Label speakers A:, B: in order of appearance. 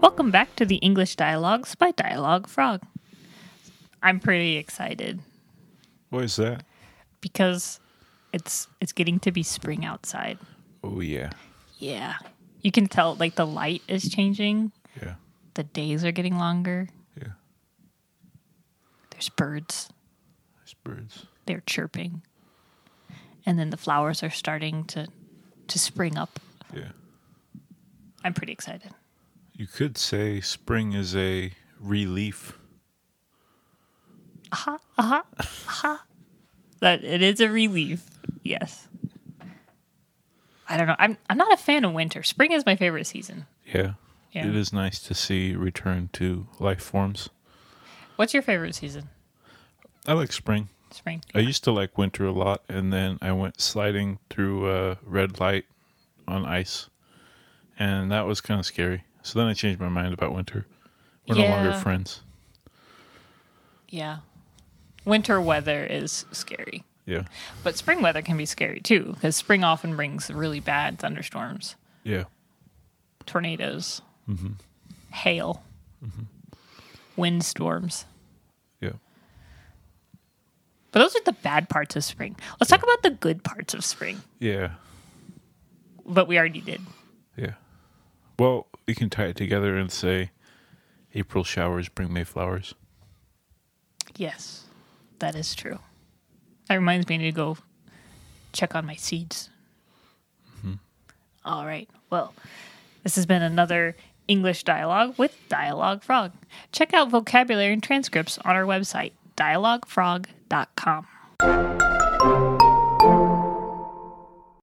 A: Welcome back to the English Dialogues by Dialogue Frog. I'm pretty excited
B: What is that?
A: because it's it's getting to be spring outside.
B: Oh yeah,
A: Yeah. You can tell like the light is changing,
B: yeah,
A: the days are getting longer.
B: yeah.
A: There's birds,
B: There's birds.
A: they're chirping. And then the flowers are starting to to spring up.
B: Yeah.
A: I'm pretty excited.
B: You could say spring is a relief.
A: That it is a relief. Yes. I don't know. I'm I'm not a fan of winter. Spring is my favorite season.
B: Yeah.
A: Yeah.
B: It is nice to see return to life forms.
A: What's your favorite season?
B: I like spring.
A: Spring.
B: I used to like winter a lot, and then I went sliding through a red light on ice, and that was kind of scary. So then I changed my mind about winter. We're no longer
A: Yeah.
B: friends.
A: Yeah. Winter weather is scary.
B: Yeah.
A: But spring weather can be scary too, because spring often brings really bad thunderstorms,
B: Yeah.
A: tornadoes, hail, wind storms.
B: Yeah.
A: But those are the bad parts of spring. Let's talk about the good parts of spring,
B: Yeah.
A: but we already did.
B: Yeah. Well, we can tie it together and say April showers bring May flowers.
A: Yes, that is true. That reminds me I need to go check on my seeds. All right. Well, this has been another English dialogue with Dialogue Frog. Check out vocabulary and transcripts on our website, dialoguefrog.com.